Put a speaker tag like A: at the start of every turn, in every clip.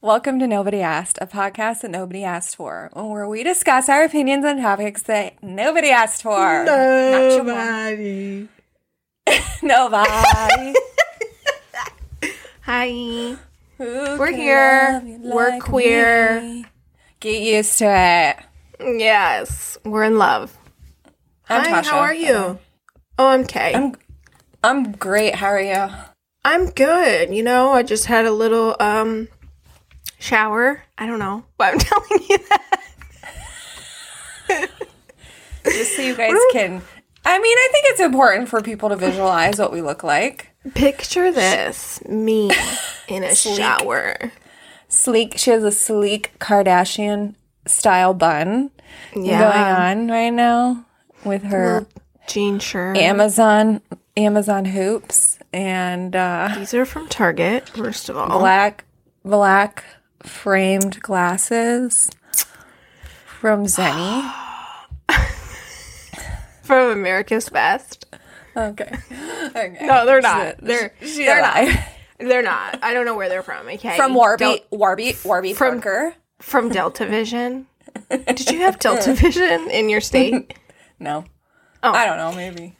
A: Welcome to Nobody Asked, a podcast that nobody asked for, where we discuss our opinions on topics that nobody asked for. Not
B: Nobody.
A: your mom. Nobody.
B: Hi.
A: Who
B: We're
A: can
B: here.
A: love you
B: We're
A: like
B: queer.
A: me? Get used to it.
B: Yes, we're in love.
A: I'm
B: Hi,
A: Tasha.
B: how are you? Oh, I'm Kay. I'm,
A: I'm I'm great. How are you?
B: good. You know, I just had a little um shower. I don't know why I'm telling you that.
A: Just so you guys can. I mean, I think it's important for people to visualize what we look like.
B: Picture this me in a shower.
A: Sleek. She has a sleek Kardashian style bun
B: Yeah.
A: going on right now with her
B: Jean shirt.
A: uh, Amazon Amazon hoops and uh,
B: These are from Target, first of all.
A: black black framed glasses from Zenny.
B: From America's Best.
A: okay. Okay.
B: No, they're not. They're they're not.
A: alive.
B: They're not. I don't know where they're from. Okay.
A: From Warby, Warby, Warby
B: From-
A: Parker.
B: From Delta Vision. Did you have Delta Vision in your state?
A: No.
B: Oh.
A: I don't know. Maybe
B: Um,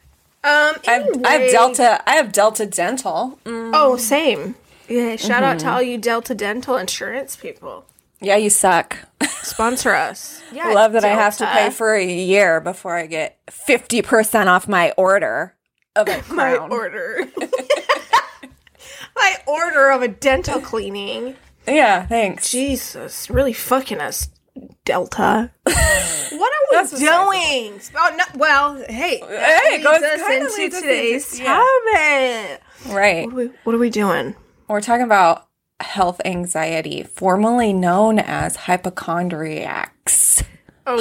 A: I've, I have
B: anyway-
A: Delta. I have Delta Dental. Mm.
B: Oh, same. Mm-hmm. Yeah. Shout out to all you Delta Dental insurance people.
A: Yeah, you suck.
B: Sponsor us. Yeah.
A: I love that I have to
B: Delta.
A: pay for a year before I get fifty percent off my order of a
B: my
A: crown.
B: order. my order of a dental cleaning.
A: yeah, thanks.
B: Jesus, really fucking us, Delta. what are we
A: what's
B: doing? Oh, no, well, hey, that
A: Hey, it
B: leads
A: goes-
B: us
A: kinda
B: into
A: leads us into-
B: today's
A: yeah.
B: topic.
A: Right.
B: What are we- What are we doing?
A: We're talking about health anxiety, formerly known as hypochondriacs.
B: Oh, we don't call it that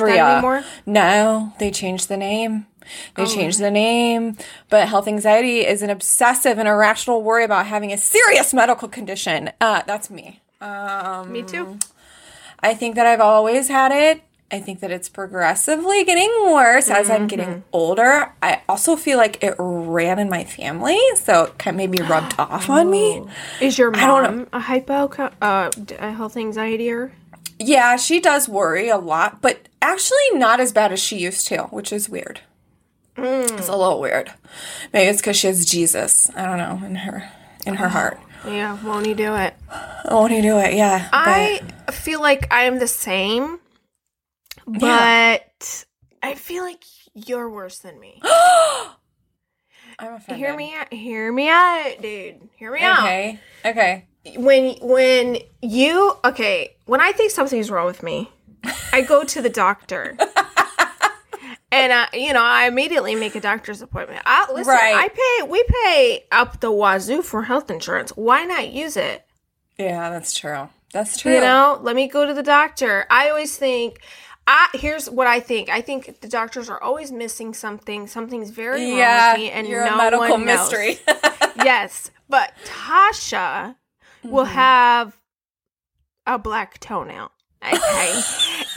A: Hypochondria.
B: anymore? Oh.
A: No, they changed the name. They changed the name. But health anxiety is an obsessive and irrational worry about having a serious medical condition. Uh, that's me.
B: Me too.
A: I think that I've always had it. I think that it's progressively getting worse as I'm
B: Mm-hmm.
A: getting older. I also feel like it ran in my family, so it kind of maybe rubbed off on me.
B: Is your
A: don't
B: mom a hypo uh, d- a health anxiety or?
A: Yeah, she does worry a lot, but actually not as bad as she used to, which is weird.
B: Mm.
A: It's a little weird. Maybe it's because she has Jesus. I don't know in her in her heart.
B: Yeah, won't he do it?
A: Oh, when you do it, yeah.
B: I feel like I am the same, but I feel like you're worse than me.
A: but I'm offended.
B: hear me, out, hear me out, dude. Hear me
A: Okay. Okay.
B: out. When when you okay, when I think something's wrong with me, I go to the doctor. And I, you know, I immediately make a doctor's appointment. I listen.
A: Right.
B: I pay. We pay up the wazoo for health insurance. Why not use it?
A: Yeah, that's true. That's true.
B: You know, let me go to the doctor. I always think I here's what I think. I think the doctors are always missing something. Something's very
A: yeah,
B: wrong with me and
A: you're
B: no
A: a medical
B: one knows.
A: mystery.
B: yes. But Tasha will
A: Mm-hmm.
B: have a black toenail. Okay.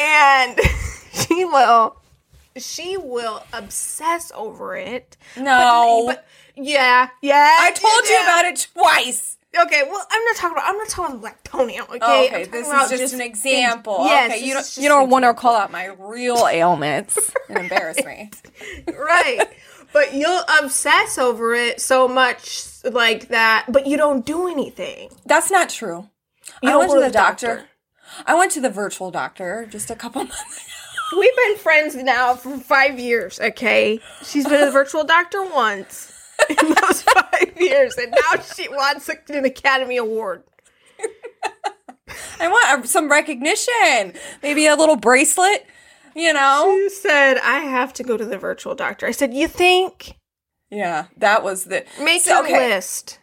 B: and she will she will obsess over it.
A: no,
B: But yeah, yeah.
A: Oh. I told you about it twice.
B: Okay, well, I'm not talking about. I'm not talking about black toenail. Okay,
A: Oh, Okay,
B: I'm talking
A: this
B: about
A: is just, an
B: things-
A: example.
B: Yes,
A: okay,
B: this
A: you
B: is
A: don't
B: just
A: you don't
B: an
A: want to call out my real ailments and embarrass me.
B: right but you'll obsess over it so much like that but you don't do anything
A: That's not true.
B: you
A: I
B: don't
A: went
B: go
A: to the doctor. I went to the virtual doctor just a couple months.
B: we've been friends now for five years okay she's been a virtual doctor once in those five years and now she wants an academy award
A: I want uh, some recognition, maybe a little bracelet, you know.
B: you said i have to go to the virtual doctor i said you think
A: Yeah, that was the
B: make
A: So,
B: a list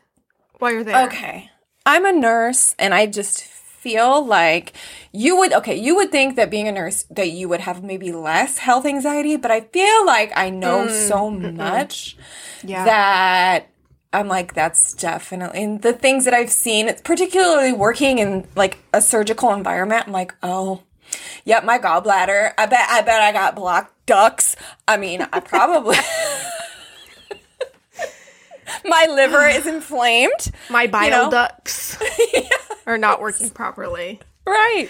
B: while you're there
A: Okay. I'm a nurse and I just feel like you would okay, you would think that being a nurse that you would have maybe less health anxiety, but I feel like I know so much
B: Mm, Yeah.
A: that I'm like that's definitely and the things that I've seen, particularly working in like a surgical environment, I'm like, "Oh, yep, my gallbladder. I bet I bet I got blocked ducts. I mean, I probably My liver is inflamed.
B: My bile
A: know?
B: ducts are not working properly.
A: Right.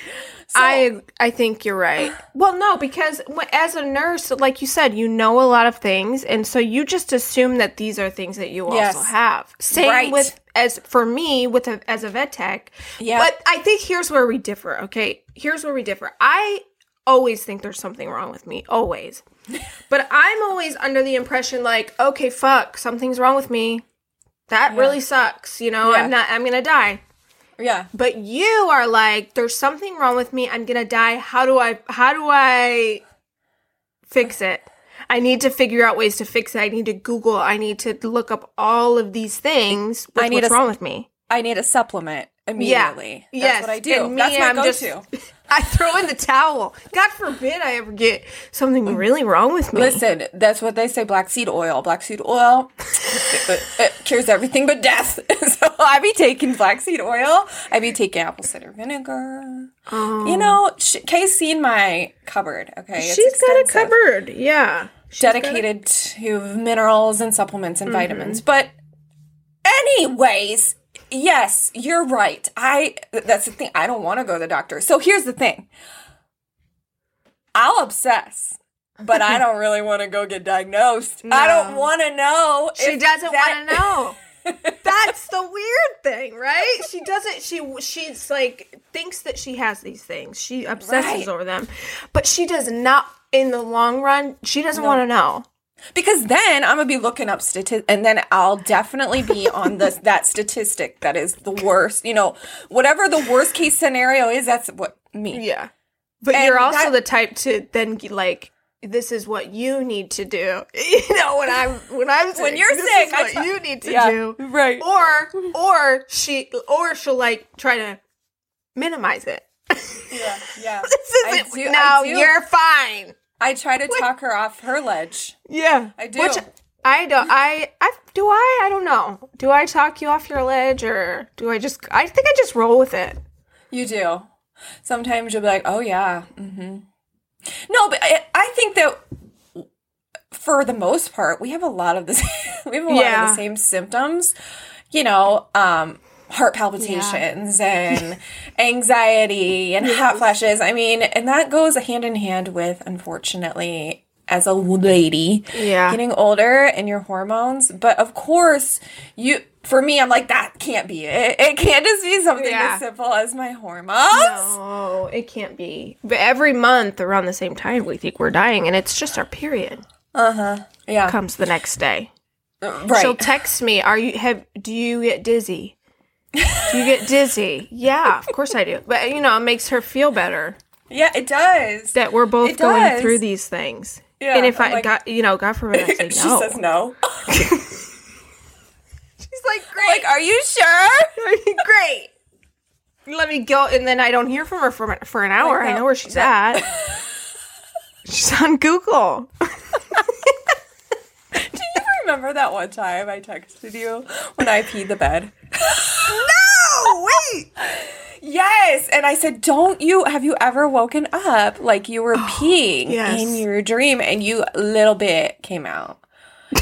A: So,
B: I I think you're right. Well, no, because wh- as a nurse, like you said, you know a lot of things, and so you just assume that these are things that you
A: Yes.
B: also have. Same
A: Right.
B: with as for me with a, as a vet tech.
A: Yeah.
B: But I think here's where we differ. Okay, here's where we differ. I always think there's something wrong with me. Always. But I'm always under the impression like, okay, fuck, something's wrong with me. That really sucks. You know,
A: Yeah.
B: I'm not. I'm gonna die.
A: yeah.
B: But you are like, there's something wrong with me. I'm gonna die. How do I? How do I fix it? I need to figure out ways to fix it. I need to Google. I need to look up all of these things. With
A: I need
B: what's
A: a-
B: wrong with me.
A: I need a supplement immediately. That's
B: Yes,
A: what I do.
B: and me,
A: That's my
B: I'm
A: go
B: just-
A: to.
B: I throw in the towel. God forbid I ever get something really wrong with me.
A: Mm. Listen, that's what they say black seed oil. Black seed oil it, it cures everything but death. so I be taking black seed oil. I be taking apple cider vinegar. You know, sh- Kay's seen my cupboard, okay? It's
B: Oh. She's got a
A: extensive.
B: cupboard. Yeah. She's got a-
A: dedicated to minerals and supplements
B: Mm-hmm.
A: and vitamins. But anyways, yes, you're right. I that's the thing. I don't want to go to the doctor. So here's the thing. I'll obsess, but I don't really want to go get diagnosed. I don't
B: No.
A: want to know.
B: She
A: if
B: doesn't
A: that-
B: want to know. That's the weird thing, right? She doesn't. She she's like thinks that she has these things. She obsesses
A: Right.
B: over them, but she does not. In the long run, she doesn't want to know.
A: because then I'm gonna be looking up statistics, and then I'll definitely be on this that statistic that is the worst. You know, whatever the worst case scenario is, that's what me.
B: Yeah, but
A: And
B: you're also
A: that-
B: the type to then get, like. This is what you need to do. You know when I'm when I'm sick,
A: you're
B: this
A: sick,
B: is
A: I
B: what
A: try-
B: you need to
A: Yeah,
B: do.
A: right.
B: Or or she or she'll like try to minimize it.
A: Yeah, yeah.
B: This
A: I
B: isn't,
A: do- I
B: no,
A: do.
B: you're fine.
A: I try to talk her off her ledge.
B: Yeah,
A: I do.
B: I don't. I I do. I I don't know. Do I talk you off your ledge or do I just? I think I just roll with it.
A: You do. Sometimes you'll be like, "Oh yeah." hmm No, but I, I think that for the most part, we have a lot of this. we have a lot of
B: Yeah.
A: the same symptoms. You know, um, heart palpitations and anxiety and hot flashes. I mean, and that goes hand in hand with, unfortunately, as a lady,
B: Yeah.
A: getting older and your hormones. But of course, you. For me, I'm like that can't be it. It can't just be something
B: Yeah.
A: as simple as my hormones.
B: Oh, it can't be. But every month around the same time, we think we're dying, and it's just our period
A: Yeah,
B: comes the next day.
A: right.
B: She'll text me, "Are you have? Do you get dizzy? Do you get dizzy? yeah, of course I do. But you know, it makes her feel better.
A: yeah, it does.
B: that we're both
A: It
B: going
A: does.
B: through these things.
A: Yeah,
B: and if
A: I'm
B: I
A: like-
B: got, you know, God forbid, I say
A: she
B: no.
A: says no.
B: She's like,
A: Like, are you sure?
B: great, great. Let me go, and then I don't hear from her for for an hour. I
A: oh, that-
B: know where she's at. she's on Google.
A: Do you remember that one time I texted you when I peed the bed? Oh,
B: No, wait.
A: Yes, and I said, "Don't you have you ever woken up like you were peeing
B: Oh, yes.
A: in your dream and you little bit came out?"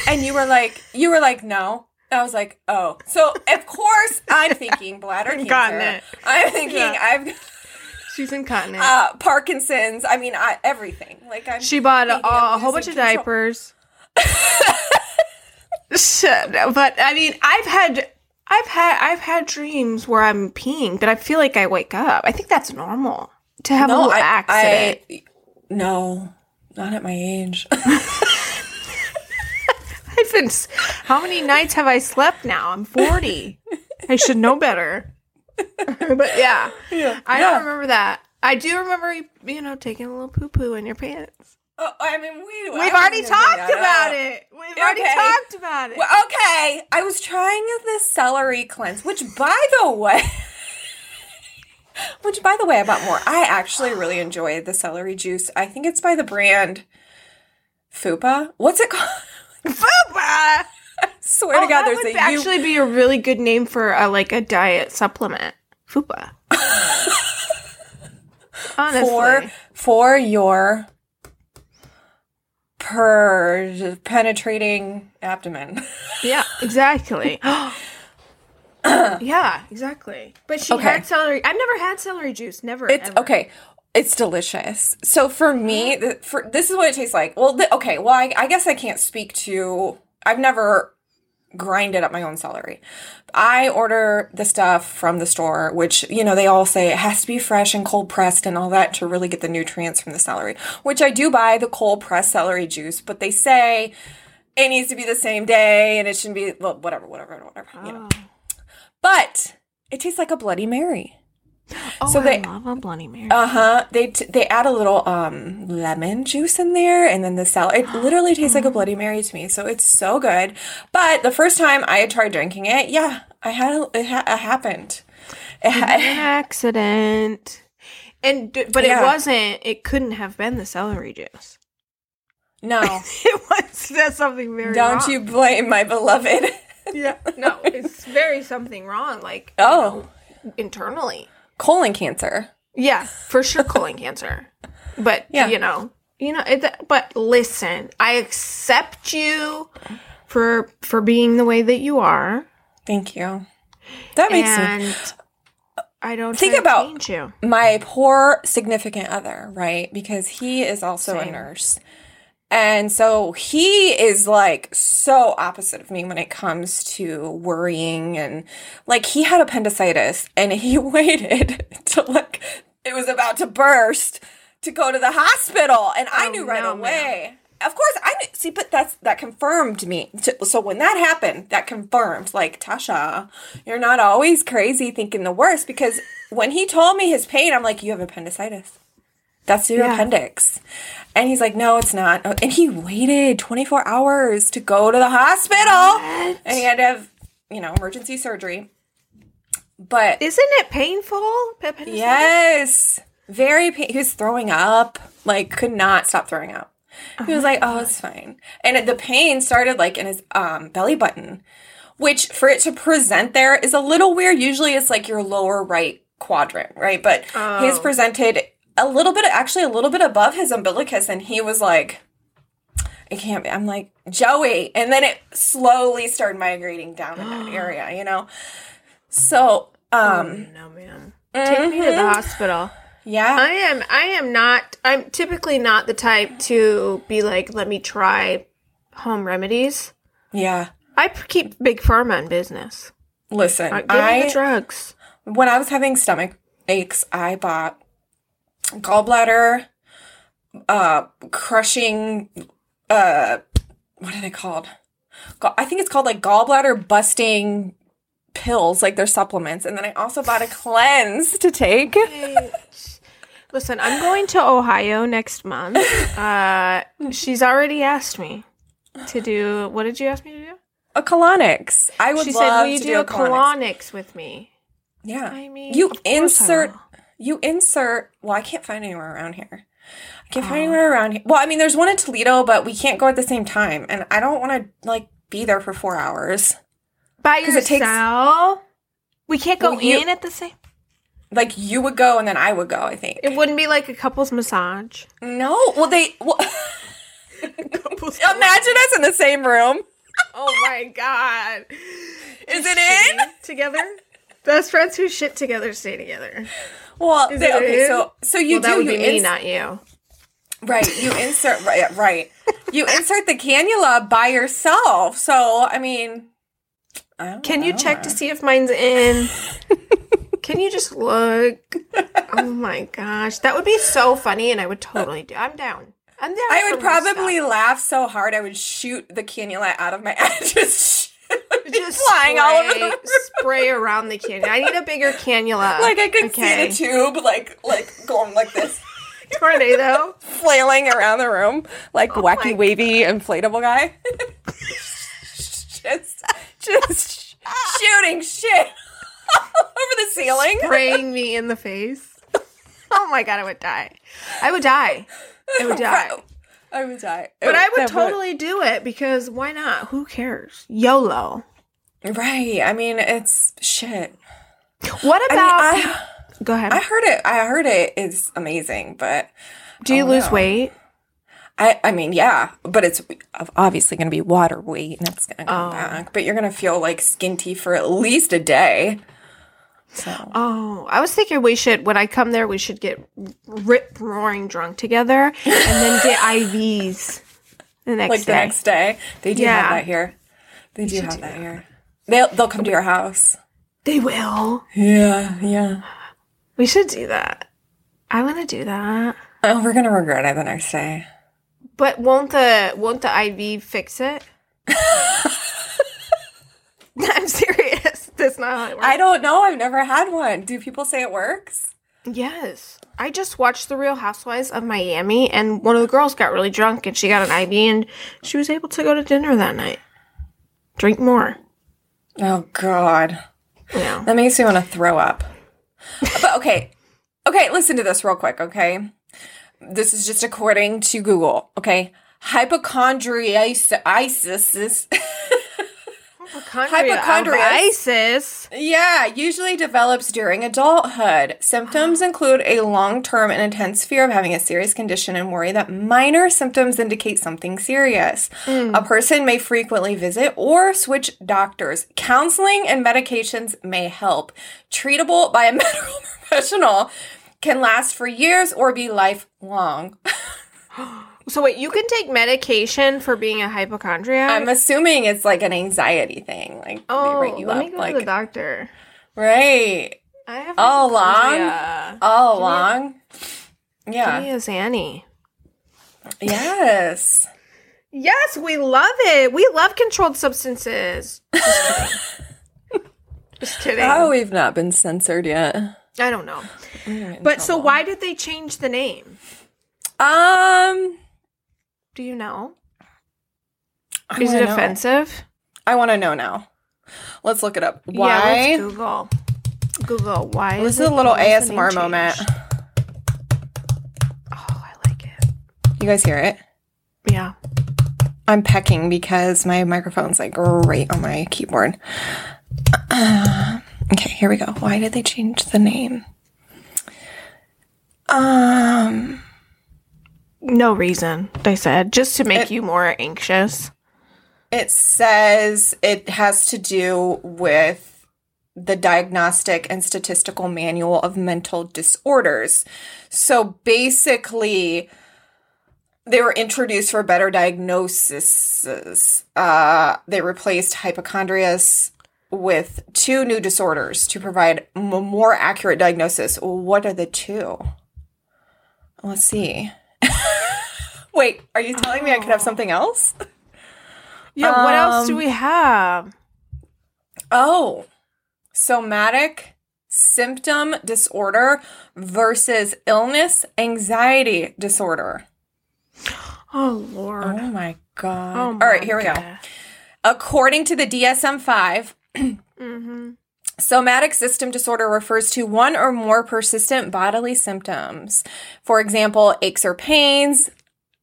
A: And you were like, you were like, "No." And I was like, "Oh." So, of course, I'm thinking bladder cancer.
B: gotten it.
A: I'm thinking
B: Yeah.
A: I've
B: She's incontinent.
A: uh, Parkinson's. I mean, I, everything. Like I'm
B: she bought a,
A: thinking I'm
B: a whole bunch
A: losing
B: of
A: control.
B: diapers. Shit, but I mean, I've had. I've had I've had dreams where I'm peeing, but I feel like I wake up. I think that's normal to have a
A: No,
B: little
A: I,
B: accident.
A: I- no, not at my age.
B: I've been. s- How many nights have I slept now? I'm 40. I should know better. but yeah,
A: Yeah.
B: I
A: Yeah.
B: don't remember that. I do remember, you know, taking a little poo poo in your pants.
A: Oh, I mean, we.
B: We've already talked about it. We've already
A: Okay.
B: talked about it.
A: Well, okay, I was trying the celery cleanse, which, by the way, which, by the way, I bought more. I actually really enjoy the celery juice. I think it's by the brand Fupa. What's it called?
B: Fupa!
A: Swear to
B: Oh,
A: God,
B: that
A: there's
B: would
A: a U-
B: actually be a really good name for a, like a diet supplement. Fupa. Honestly.
A: for for your per penetrating abdomen.
B: Yeah. Exactly. yeah, exactly. But she
A: Okay.
B: had celery. I've never had celery juice. Never.
A: It's
B: ever.
A: okay. It's delicious. So for me, th- for this is what it tastes like. Well, th- okay. Well, I, I guess I can't speak to. I've never grinded up my own celery. I order the stuff from the store, which you know they all say it has to be fresh and cold pressed and all that to really get the nutrients from the celery. Which I do buy the cold pressed celery juice, but they say it needs to be the same day and it shouldn't be well, whatever, whatever, whatever. You know,
B: Oh.
A: but it tastes like a Bloody Mary.
B: Oh,
A: So
B: I
A: they-
B: love a Bloody Mary.
A: Uh huh. They t- they add a little um lemon juice in there, and then the salad. It literally tastes like a Bloody Mary to me, so it's so good. But the first time I had tried drinking it, yeah, I had a, it, ha- it happened. It ha-
B: an accident. And d- but
A: Yeah.
B: it wasn't. It couldn't have been the celery juice.
A: no,
B: It was. That's something very.
A: don't
B: wrong.
A: you blame my beloved?
B: Yeah. No, it's very something wrong. Like
A: oh,
B: internally.
A: colon cancer.
B: Yeah, for sure, colon cancer. But
A: Yeah.
B: you know, you know. It, but listen, I accept you for for being the way that you are,
A: Thank you. That makes sense.
B: and I don't
A: Think
B: try to
A: about-
B: change you.
A: my poor significant other, right? Because he is also a
B: Same.
A: nurse. And so he is like so opposite of me when it comes to worrying and like he had appendicitis and he waited till like it was about to burst to go to the hospital and I
B: Oh,
A: knew right
B: no,
A: away. Of course I knew, see but that's that confirmed me. to- So when that happened, that confirmed like Tasha, you're not always crazy thinking the worst because when he told me his pain, I'm like you have appendicitis. That's your
B: Yeah.
A: appendix. And he's like, no, it's not. Oh, And he waited 24 hours to go to the hospital.
B: What?
A: And he had to have, you know, emergency surgery. But
B: Isn't it painful? Appendicitis?
A: yes, very pain. He was throwing up, like, could not stop throwing up. He was like, oh, it's fine. And the pain started, like, in his um, belly button, which for it to present there is a little weird. Usually it's like your lower right quadrant, right? But his
B: Oh.
A: presented a little bit, actually, a little bit above his umbilicus. And he was like, it can't be. I'm like, Joey. And then it slowly started migrating down in that area, you know? So, um,
B: Oh, no, man. Take me to
A: Mm-hmm.
B: the hospital.
A: yeah.
B: I am. I am not. I'm typically not the type to be like, let me try home remedies.
A: Yeah.
B: I p- keep big pharma in business.
A: Listen,
B: Uh, give me the
A: I
B: drugs.
A: when I was having stomach aches, I bought gallbladder uh crushing uh what are they called? Ga- I think it's called like gallbladder busting pills, like they're supplements. And then I also bought a cleanse to take.
B: Listen, I'm going to Ohio next month. Uh, she's already asked me to do. What did you ask me to do?
A: A colonics. I would
B: She
A: love
B: said, "Will you
A: to
B: do, a
A: colonics.
B: colonics with me?"
A: Yeah.
B: I mean,
A: you
B: of course I
A: insert,
B: will.
A: you insert. Well, I can't find anywhere around here. I can't
B: Oh.
A: find anywhere around here. Well, I mean, there's one in Toledo, but we can't go at the same time, and I don't want to like be there for four hours.
B: By
A: 'Cause it takes-
B: yourself. we can't go
A: Well, you-
B: in at the same.
A: Like you would go, and then I would go. I think.
B: It wouldn't be like a couple's massage.
A: no. Well, they. Well,
B: couple's
A: imagine us in the same room.
B: Oh my god.
A: Is it in?
B: Together? Best friends who shit together stay together.
A: Well,
B: Is
A: they-
B: it
A: okay.
B: in?
A: So, so you
B: well,
A: do.
B: that would
A: you
B: be me,
A: ins-
B: not you.
A: Right. You insert right, yeah, right. You insert the cannula by yourself. So I mean, I don't
B: Can you
A: know.
B: check to see if mine's in? Can you just look? Oh my gosh. That would be so funny and I would totally do. I'm down. I'm down.
A: I would
B: for most
A: probably laugh so hard I would shoot the cannula out of my ass. Just,
B: stuff.
A: just flying all over the
B: spray-
A: room.
B: Spray around the cannula. I need a bigger cannula.
A: Like I could
B: okay.
A: see the tube like like going like this,
B: tornado.
A: flailing around the room like
B: Oh my
A: wacky wavy inflatable guy. just just shooting shit all over the ceiling.
B: spraying me in the face. Oh my god, I would die. I would die. I would die.
A: I would die.
B: But I would totally do it because why not? Who cares? YOLO.
A: Right. I mean, it's shit.
B: What
A: I mean,
B: about
A: I
B: Go ahead.
A: I heard it. I heard it is amazing, but
B: do you
A: don't
B: lose
A: know.
B: weight?
A: I, I mean, yeah, but it's obviously going to be water weight and it's going to come back. But you're going to feel like skinty for at least a day. So
B: Oh, I was thinking we should, when I come there, we should get rip roaring drunk together and then get IVs the next
A: like
B: day.
A: the next day, they do
B: Yeah.
A: have that here. They do have that here. They'll they'll come to your house.
B: They will.
A: Yeah, yeah.
B: We should do that. I want to do that.
A: Oh, we're gonna regret it the next day.
B: But won't the won't the IV fix it? I'm serious. That's not how it works.
A: I don't know. I've never had one. Do people say it works?
B: yes. I just watched The Real Housewives of Miami and one of the girls got really drunk and she got an IV and she was able to go to dinner that night. Drink more.
A: Oh God,
B: You know.
A: that makes me want to throw up. but okay, okay. Listen to this real quick. Okay, this is just according to Google. Okay, hypochondriasis.
B: Hypochondria,
A: Hypochondria.
B: of ISIS.
A: Yeah, usually develops during adulthood. Symptoms include a long term and intense fear of having a serious condition and worry that minor symptoms indicate something serious. A
B: Mm.
A: person may frequently visit or switch doctors. Counseling and medications may help. Treatable by a medical professional can last for years or be lifelong.
B: So wait, you can take medication for being a hypochondriac?
A: I'm assuming it's like an anxiety thing. Like they
B: oh,
A: write you
B: let
A: up
B: me go
A: like
B: to the doctor.
A: right
B: I have
A: All along?
B: hypochondria.
A: all along. Yeah.
B: Give me a Zanny.
A: Yes.
B: Yes, we love it. We love controlled substances. Just kidding.
A: Oh,
B: Just kidding.
A: we've not been censored yet. Um,
B: I don't know. But so why did they change the name?
A: Um,
B: Do you know?
A: I
B: Is
A: wanna
B: it
A: know.
B: offensive?
A: I want to know now. Let's look it up.
B: Yeah,
A: Why?
B: let's Google. Google. Why?
A: this
B: is
A: is
B: it-
A: a little
B: why is the name
A: ASMR moment.
B: changed? Oh, I like it.
A: You guys hear it?
B: Yeah.
A: I'm pecking because my microphone's like right on my keyboard. okay, here we go. Why did they change the name? Um,
B: No reason, they said, just to make you more anxious.
A: it says it has to do with the Diagnostic and Statistical Manual of Mental Disorders. So basically, they were introduced for better diagnoses. Uh, they replaced hypochondrias with two new disorders to provide m- more accurate diagnosis. What are the two? Let's see. Wait, are you telling me I could have something else?
B: Yeah, what else do we have?
A: Oh, somatic symptom disorder versus illness anxiety disorder.
B: Oh, Lord.
A: Oh my god.
B: Oh,
A: All right, here we go. According to the DSM 5,
B: Mm-hmm.
A: Somatic system disorder refers to one or more persistent bodily symptoms. For example, aches or pains.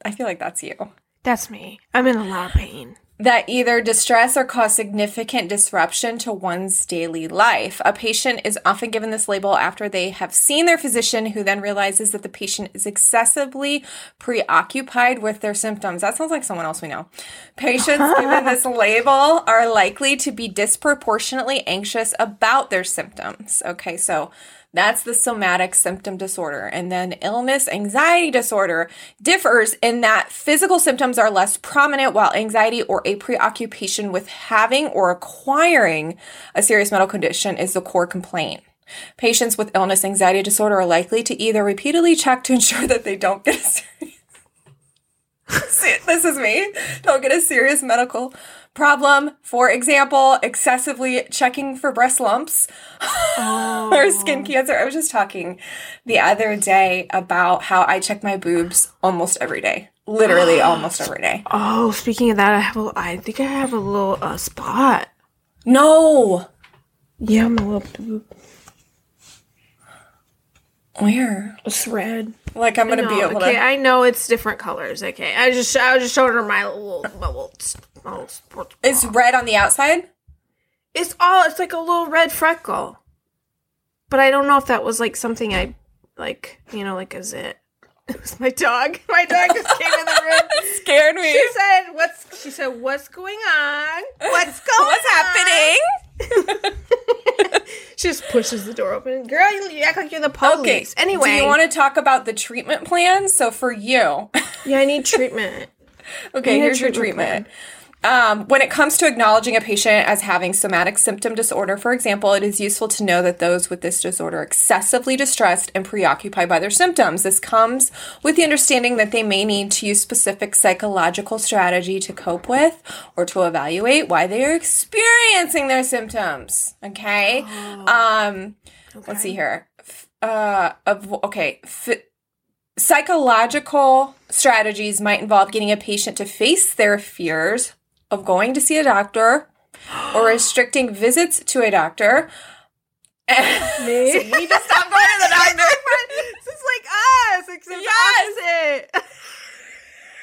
A: I feel like that's you.
B: That's me. I'm in a lot of pain.
A: that either distress or cause significant disruption to one's daily life. A patient is often given this label after they have seen their physician, who then realizes that the patient is excessively preoccupied with their symptoms. That sounds like someone else we know. Patients given this label are likely to be disproportionately anxious about their symptoms. Okay, so that's the somatic symptom disorder. And then illness anxiety disorder differs in that physical symptoms are less prominent, while anxiety or a preoccupation with having or acquiring a serious medical condition is the core complaint. Patients with illness anxiety disorder are likely to either repeatedly check to ensure that they don't get a serious See, this is me. Don't get a serious medical problem. For example, excessively checking for breast lumps or skin cancer. I was just talking the other day about how I check my boobs almost every day. Literally almost every day.
B: Oh, speaking of that, I have a, I think I have a little uh, spot.
A: No.
B: Yeah, I'm a little
A: Where?
B: it's red.
A: Like I'm gonna be
B: No,
A: able
B: okay,
A: to
B: I know it's different colors. Okay, I just I was just showing her my little my little, my little sports.
A: It's red on the outside?
B: It's all it's like a little red freckle. But I don't know if that was like something I like, you know, like a zit. It was my dog. My dog just came in the room.
A: Scared me.
B: She said, "What's?" She said, "What's going on? What's going?
A: What's
B: on?"
A: happening?
B: She just pushes the door open. Girl, you you act like you're the police. Anyway,
A: do you want to talk about the treatment plan? So for you,
B: yeah, I need treatment.
A: okay,
B: need a
A: here's your
B: treatment
A: treatment. Um, when it comes to acknowledging a patient as having somatic symptom disorder, for example, it is useful to know that those with this disorder are excessively distressed and preoccupied by their symptoms. This comes with the understanding that they may need to use specific psychological strategy to cope with or to evaluate why they are experiencing their symptoms. Okay. Um, let's see here. F- Uh, avo- okay. F- Psychological strategies might involve getting a patient to face their fears of going to see a doctor or restricting visits to a doctor.
B: Me?
A: We just stopped going to the doctor.
B: this is like us, except
A: Yes.
B: opposite.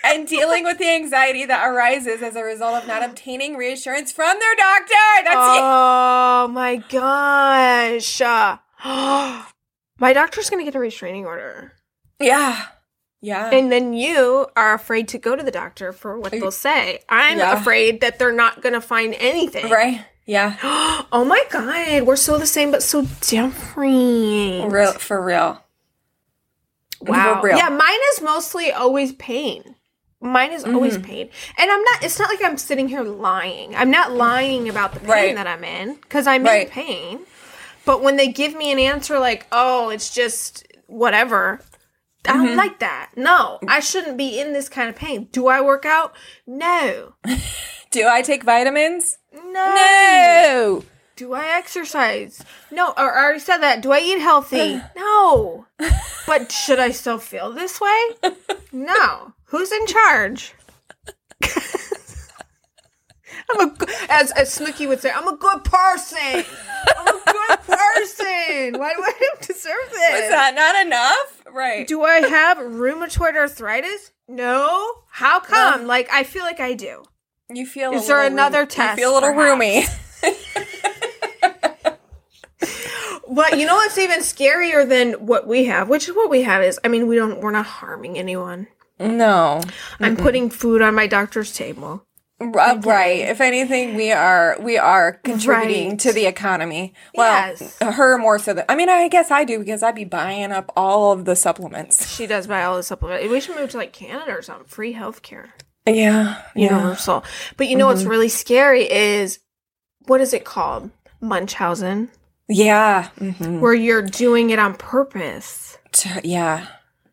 A: and dealing with the anxiety that arises as a result of not obtaining reassurance from their doctor. That's it.
B: Oh my gosh. my doctor's gonna get a restraining order.
A: Yeah. Yeah.
B: And then you are afraid to go to the doctor for what they'll say. I'm
A: Yeah.
B: afraid that they're not gonna find anything.
A: right. Yeah.
B: Oh my god, we're so the same but so different.
A: Real for real.
B: Wow.
A: For real.
B: Yeah, mine is mostly always pain. Mine is always
A: Mm-hmm.
B: pain. And I'm not, it's not like I'm sitting here lying. I'm not lying about the pain
A: Right.
B: that I'm in because I'm in
A: Right.
B: pain. But when they give me an answer like, oh, it's just whatever, I
A: Mm-hmm.
B: don't like that. No, I shouldn't be in this kind of pain. Do I work out? No.
A: Do I take vitamins?
B: No.
A: No.
B: Do I exercise? No. Or I already said that. Do I eat healthy? No. But should I still feel this way? No. Who's in charge? I'm a, g- as as Snooki would say, I'm a good person. I'm a good person. Why do I deserve this?
A: Is that not enough? Right.
B: Do I have rheumatoid arthritis? No. How come? Like I feel like I do.
A: you feel
B: Is
A: a
B: there
A: little
B: another
A: room-
B: test,
A: You feel a little
B: perhaps?
A: roomy.
B: But you know what's even scarier than what we have, which is what we have is I mean we don't we're not harming anyone.
A: No.
B: I'm putting food on my doctor's table.
A: Uh, right. If anything, we are we are contributing
B: Right.
A: to the economy. Well,
B: Yes.
A: her more so than I mean. I guess I do because I'd be buying up all of the supplements.
B: She does buy all the supplements. We should move to like Canada or something. Free healthcare.
A: Yeah. Yeah. Mm-hmm.
B: Universal. But you know what's really scary is what is it called? Munchausen.
A: Yeah. Mhm.
B: Where you're doing it on purpose.
A: To, yeah.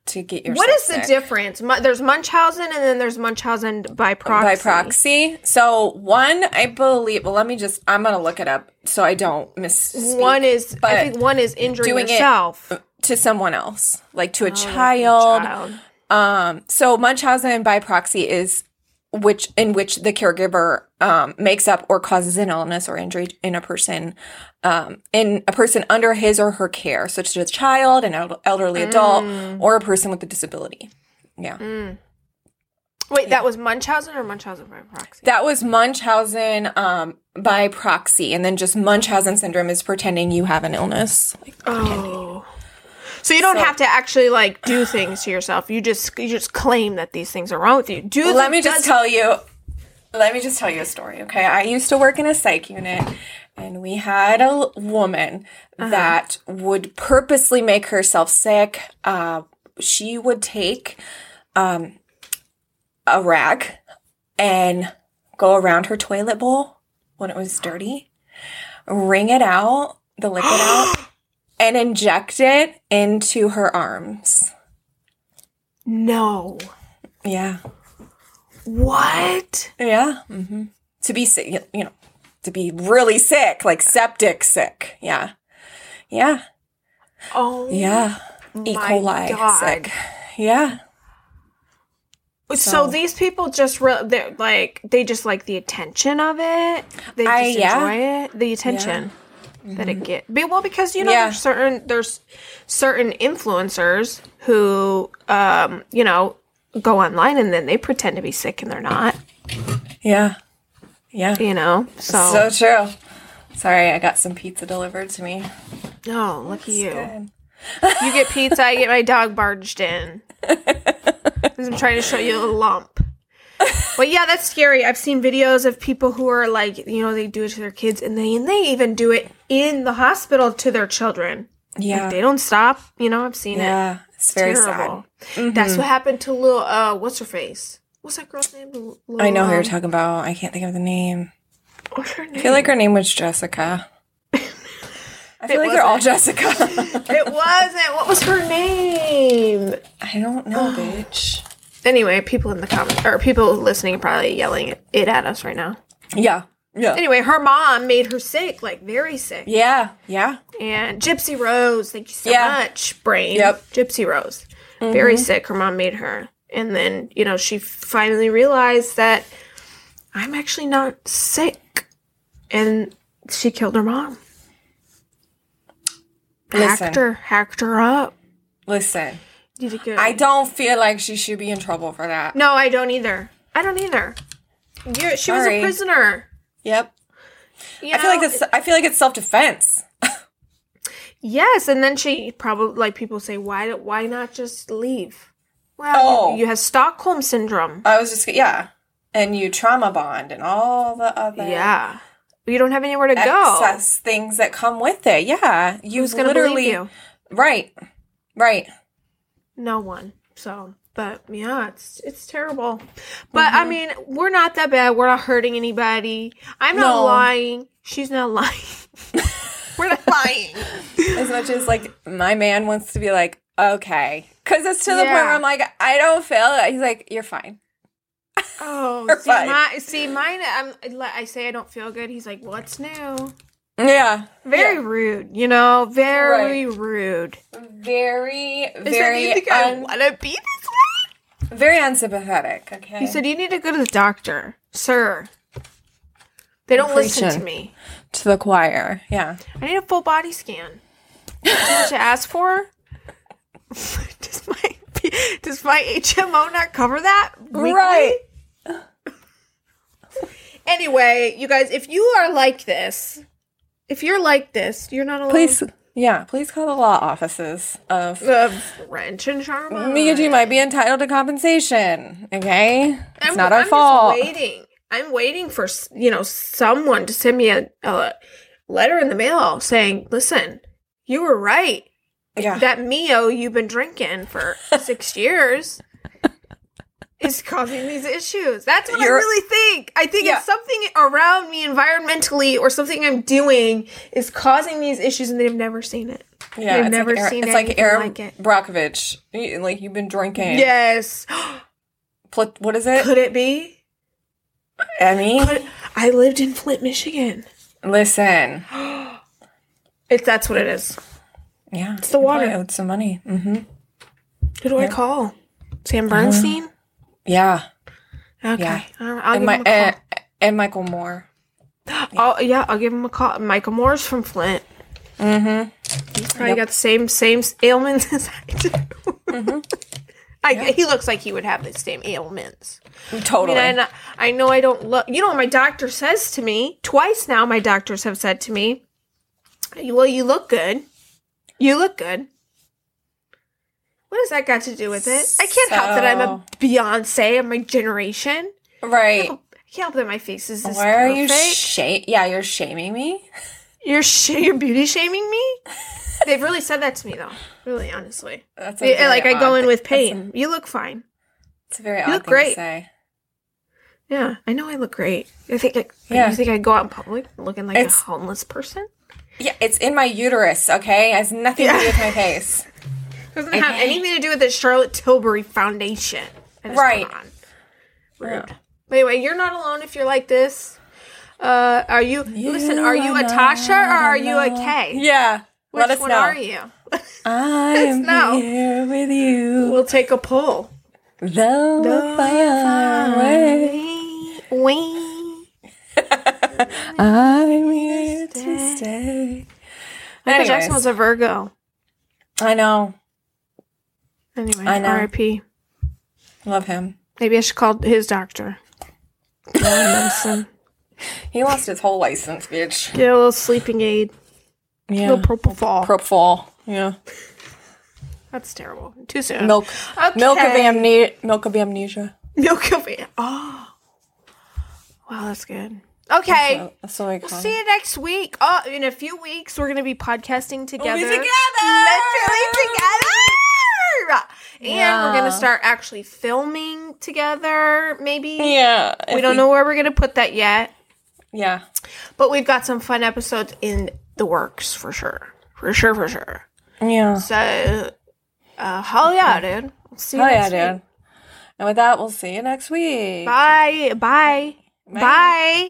A: To get your
B: What is the difference? Mu- there's Munchausen and then there's Munchausen by proxy.
A: by proxy? So one, I believe. Well, let me just. I'm gonna look it up so I don't miss
B: One is I
A: but
B: think one is injuring
A: doing it-
B: yourself.
A: to someone else, like to a
B: Child.
A: child, Um, so Munchausen by proxy is which in which the caregiver um, makes up or causes an illness or injury in a person um, in a person under his or her care, such as a child, an el- elderly adult, or a person with a disability. Yeah,
B: Wait, that was Munchausen or Munchausen by proxy?
A: that was Munchausen um, by proxy, and then just Munchausen syndrome is pretending you have an illness. Like,
B: Oh. So you don't have to actually like do things to yourself. You just you just claim that these things are wrong with you. Do
A: let
B: the-
A: me just
B: does-
A: tell you let me just tell you a story okay i used to work in a psych unit and we had a l- woman that would purposely make herself sick uh, she would take um, a rag and go around her toilet bowl when it was dirty wring it out the liquid out and inject it into her arms
B: no.
A: yeah
B: What?
A: Yeah. hmm To be sick, you know, to be really sick, like septic sick. Yeah. Yeah.
B: Oh.
A: Yeah. E.
B: My
A: coli
B: God.
A: sick. Yeah.
B: So, these people just re- they're like they just like the attention of it. They just
A: I- yeah. Mm-hmm.
B: enjoy it. The attention that it get. Be- Well, because you know
A: Yeah.
B: there's certain there's certain influencers who um you know go online and then they pretend to be sick and they're not.
A: Yeah. Yeah.
B: You know.
A: So true. Sorry, I got some pizza delivered to me.
B: Oh, look at you.
A: Good.
B: You get pizza, I get my dog barged in. 'Cause I'm trying to show you a lump. But yeah, that's scary. I've seen videos of people who are like, you know, they do it to their kids and they and they even do it in the hospital to their children.
A: Yeah.
B: They don't stop. You know, I've seen it.
A: Uh, yeah. It's very
B: Terrible.
A: sad. Mm-hmm.
B: That's what happened to little uh what's her face? What's that girl's name? Lil-
A: I know who you're
B: um,
A: talking about. I can't think of the name.
B: what's her name?
A: I feel like her name was Jessica. I feel
B: It
A: like they're all
B: wasn't.
A: Jessica.
B: it wasn't. What was her name?
A: I don't know, bitch.
B: Anyway, people in the comments or people listening are probably yelling it at us right now.
A: Yeah. Yeah.
B: Anyway, her mom made her sick, like very sick.
A: Yeah. Yeah.
B: And Gypsy Rose, thank you so
A: Yeah.
B: much, brain.
A: Yep. Mm-hmm.
B: Gypsy Rose, very sick. Her mom made her, and then you know she finally realized that I'm actually not sick, and she killed her mom.
A: Listen.
B: Hacked her, hacked her up.
A: Listen,
B: Did you get-
A: I don't feel like she should be in trouble for that.
B: No, I don't either. I don't either. You're, she was
A: Sorry.
B: a prisoner.
A: Yep.
B: You
A: I feel like
B: know?
A: it's. I feel like it's self defense.
B: Yes, and then she probably like people say, why why not just leave? Well,
A: Oh.
B: you, you have Stockholm syndrome.
A: I was just yeah, and you trauma bond and all the other
B: yeah, you don't have anywhere to go.
A: excess things that come with it. Yeah, you
B: Who's gonna
A: literally
B: believe you?
A: right, right.
B: No one. So, but yeah, it's it's terrible. But
A: Mm-hmm.
B: I mean, we're not that bad. We're not hurting anybody. I'm not
A: No.
B: lying. She's not lying. we're not lying.
A: As much as like my man wants to be like okay, because it's to the point
B: Yeah.
A: where I'm like I don't feel. it. He's like you're fine.
B: Oh,
A: We're
B: see,
A: fine.
B: my, see, mine. I'm, I say I don't feel good. He's like, "What's new?"
A: Yeah,
B: Very rude, you know. Very rude.
A: very,
B: I said, "You
A: very,
B: think I
A: un-
B: want to be this way?"
A: very unsympathetic. Okay,
B: He said, "You need to go to the doctor, sir." They don't listen to
A: Preaching.
B: me.
A: to the choir. Yeah,
B: I need a full body scan. Is that what you asked for? does my does my HMO not cover that? weekly?
A: right.
B: Anyway, you guys, if you are like this, if you're like this, you're not alone.
A: Please, yeah, please call the law offices Uh, of
B: of wrench and trauma.
A: Miyagi might be entitled to compensation. Okay, it's
B: I'm-
A: not our
B: I'm just
A: fault.
B: waiting. I'm waiting for s- you know someone to send me a, a letter in the mail saying, "Listen, you were right.
A: Yeah,
B: That Mio you've been drinking for six years is causing these issues." That's what
A: You're-
B: I really think. I think
A: Yeah.
B: it's something around me environmentally or something I'm doing is causing these issues, and they've never seen it.
A: yeah.
B: I've
A: it's
B: never
A: like Aaron,
B: seen
A: It's like
B: anything
A: Aaron
B: like it.
A: Brockovich. You- Like you've been drinking.
B: Yes,
A: Pl- what is it?
B: could it be?
A: Emmy.
B: Could I lived in Flint, Michigan?
A: Listen.
B: It's that's what it is.
A: Yeah. It's
B: the water.
A: owed some money. hmm
B: Who do I call? Sam Bernstein.
A: Yeah.
B: Okay,
A: Yeah.
B: I'll, I'll
A: And
B: give
A: my
B: him a call.
A: and, and Michael Moore.
B: eh, I'll, yeah, I'll give him a call. Michael Moore's from Flint. Mm-hmm. He's probably got the same same s- ailments as I do. Mm-hmm. I, He looks like he would have the same ailments. I
A: Totally.
B: mean, I, kn- I know I don't look. You know, what my doctor says to me twice now. My doctors have said to me, "Well, you look good. You look good." What has that got to do with it? I can't help that I'm a Beyonce of my generation.
A: right.
B: I can't help that my face is this
A: Why are you
B: perfect.
A: shame? Yeah, you're shaming me.
B: You're sh- you're beauty shaming me. They've really said that to me though. Really, honestly,
A: That's a
B: They-
A: very
B: like I go
A: odd
B: in
A: thi-
B: with
A: that's a-
B: pain. you look fine.
A: It's a very
B: look
A: odd thing to
B: great.
A: say.
B: Yeah, I know I look great. I think. I,
A: Yeah.
B: You think I go out in public looking like
A: It's-
B: a homeless person?
A: Yeah, it's in my uterus. Okay, it has nothing to do with my face.
B: Doesn't have anything to do with the Charlotte Tilbury Foundation. I just put
A: Right.
B: on. Rude. But anyway, you're not alone if you're like this. Uh, are you? listen, are you a Tasha or are you a K?
A: Yeah.
B: Which
A: Let us
B: one
A: know.
B: are you?
A: I am
B: know.
A: here with you.
B: We'll take a poll.
A: Though far away,
B: Wee, wee.
A: I'm here to stay.
B: Michael Jackson
A: Anyways.
B: was a Virgo.
A: I know.
B: Anyway,
A: I know.
B: R.I.P.
A: Love him.
B: Maybe I should call his doctor. Get him medicine.
A: He lost his whole license, bitch.
B: Get a little sleeping aid. A
A: Yeah.
B: little propofol.
A: Propofol. Yeah.
B: That's terrible. Too soon.
A: Milk.
B: Okay.
A: Milk of amnesia. Milk of amnesia.
B: Milk of it. Oh. Wow, that's good. Okay.
A: So, that's so iconic.
B: See you next week. Oh, in a few weeks, we're gonna be podcasting together.
A: together.
B: Literally together. And we're
A: Yeah.
B: gonna start actually filming together. Maybe
A: yeah.
B: we don't know where we're gonna put that yet,
A: Yeah.
B: but we've got some fun episodes in the works for sure. For sure. For sure.
A: Yeah.
B: So, uh, hell yeah, dude. Let's see. you
A: Oh yeah,
B: next week.
A: dude. And with that, we'll see you next week.
B: Bye. Bye. Bye.